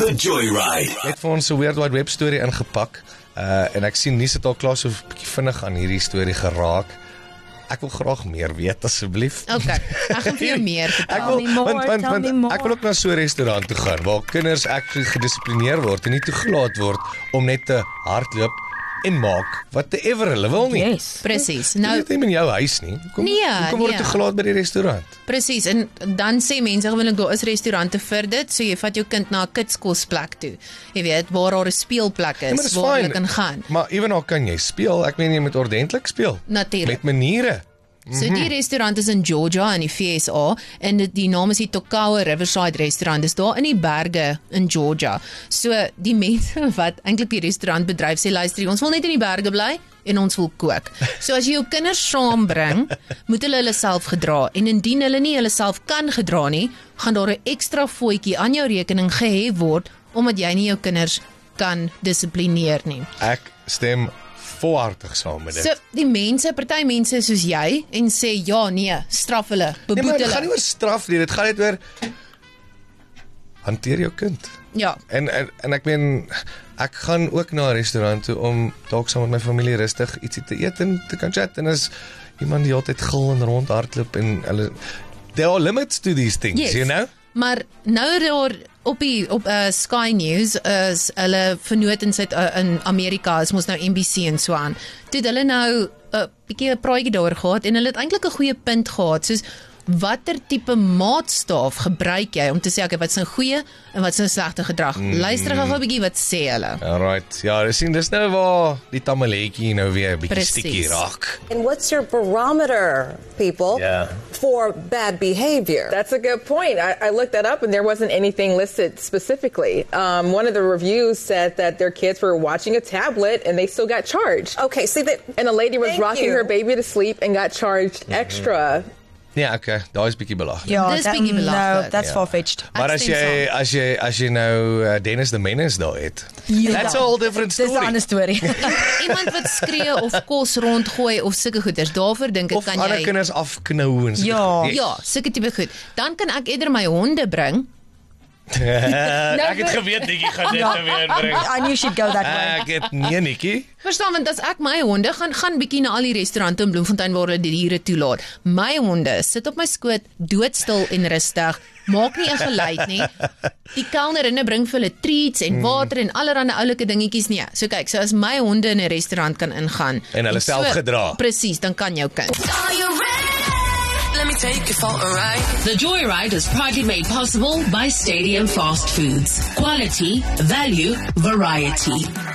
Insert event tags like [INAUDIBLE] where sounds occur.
The Joyride. Ek het vir ons 'n Weird Wide Web storie ingepak. Uh en ek sien nuus het al klaar so 'n bietjie vinnig aan hierdie storie geraak. Ek wil graag meer weet asseblief. Okay, ek gaan vir [LAUGHS] jou meer Ek vertel. wil me more, want want, tell want me more. ek wil ook na so 'n restaurant toe gaan waar kinders actually gedissiplineer word en nie toegelaat word om net te hardloop en maak wat te ever hulle wil nie. Yes. Presies. Nou, Nou dit is nie in jou huis nie. Kom, Nee, kom word dit nee. toegelaat by die restaurant. presies en dan sê mense gewoonlik daar is restaurante vir dit, so jy vat jou kind na 'n kitskosplek toe. Jy weet waar daar 'n speelplek Ja, maar dis is waar hulle fyn. kan gaan. Nou, Maar ewenaar kan jy speel. Ek meen jy moet ordentlik speel. Met Natuurlik. maniere. So die restaurant is in Georgia in die VSA en dit die naam is die Tokawa Riverside Restaurant. Dis daar in die berge in Georgia. So die [LAUGHS] mense wat eintlik die restaurantbedryf sê luister, ons wil net in die berge bly en ons wil kook. So as jy jou kinders saambring, moet hulle hulle self gedra en indien hulle nie hulle self kan gedra nie, gaan daar 'n ekstra voetjie aan jou rekening gehef word omdat jy nie jou kinders kan dissiplineer nie. Ek stem volhartig saam met dit. So die mense, party mense is soos jy en sê ja, nee, straf hulle, nee, beboet maar dit gaan nie hulle. oor straf nie. Dit gaan net oor hanteer jou kind. Ja, En en, en ek meen ek gaan ook na 'n restaurant toe om dalk saam met my familie rustig ietsie te eet en te kan chat en as iemand die hele tyd gil en rondhardloop en hulle there are limits to these things, Yes. you know? maar nou daar op die op uh, Sky News is hulle vernoot in Suid uh, in Amerika is mos nou NBC en so aan. Toe het hulle nou 'n uh, bietjie 'n praatjie daar gehad en hulle het eintlik 'n goeie punt gehad, soos watter tipe maatstaaf gebruik jy om te sê okay, wat is 'n goeie en wat is 'n slegte gedrag? Mm. Luister gou 'n bietjie wat sê hulle. Alright. Ja, dis sien dis nou waar die tamaletjie nou weer 'n bietjie Precies. stikkie raak. And what's your barometer, people, Yeah. for bad behavior? That's a good point. I, I looked that up and there wasn't anything listed specifically. Um, one of the reviews said that their kids were watching a tablet and they still got charged. okay, see that. And a lady was Thank rocking you. Mm-hmm. her baby to sleep and got charged extra. Ja, okay. Daai is bietjie belaglik. Ja, Dis bietjie belaglik. No, that's Ja. far fetched. Maar as stem jy as jy as jy nou uh, Dennis the Menace daar het. That's a whole different Ja. Dis 'n story. ander storie. Iemand wat skree of kos rondgooi of sulke goeders, daarvoor dink ek Of kan ander jy kinders afknou en so. Ja. Ja, sulke tipe goed. Dan kan ek eerder my honde bring. eh, Nou Ek het geweet netjie Ja. gaan dit nou weer [LAUGHS] inbring. [LAUGHS] I knew she'd go that way. Ek het nee netjie. Verstaan want as ek my honde gaan gaan bietjie na al die restaurante in Bloemfontein waar hulle die diere toelaat. My honde sit op my skoot, doodstil en rustig, maak nie 'n geluid nie. Die kelnerinne bring vir hulle treats en Hmm. water en allerlei oulike dingetjies nie. So kyk, so as my honde in 'n restaurant kan ingaan En hulle self gedra. Presies, dan kan jou kind. Are you ready? Let me take you for a ride. The Joyride is proudly made possible by Stadium Fast Foods. Quality, value, variety.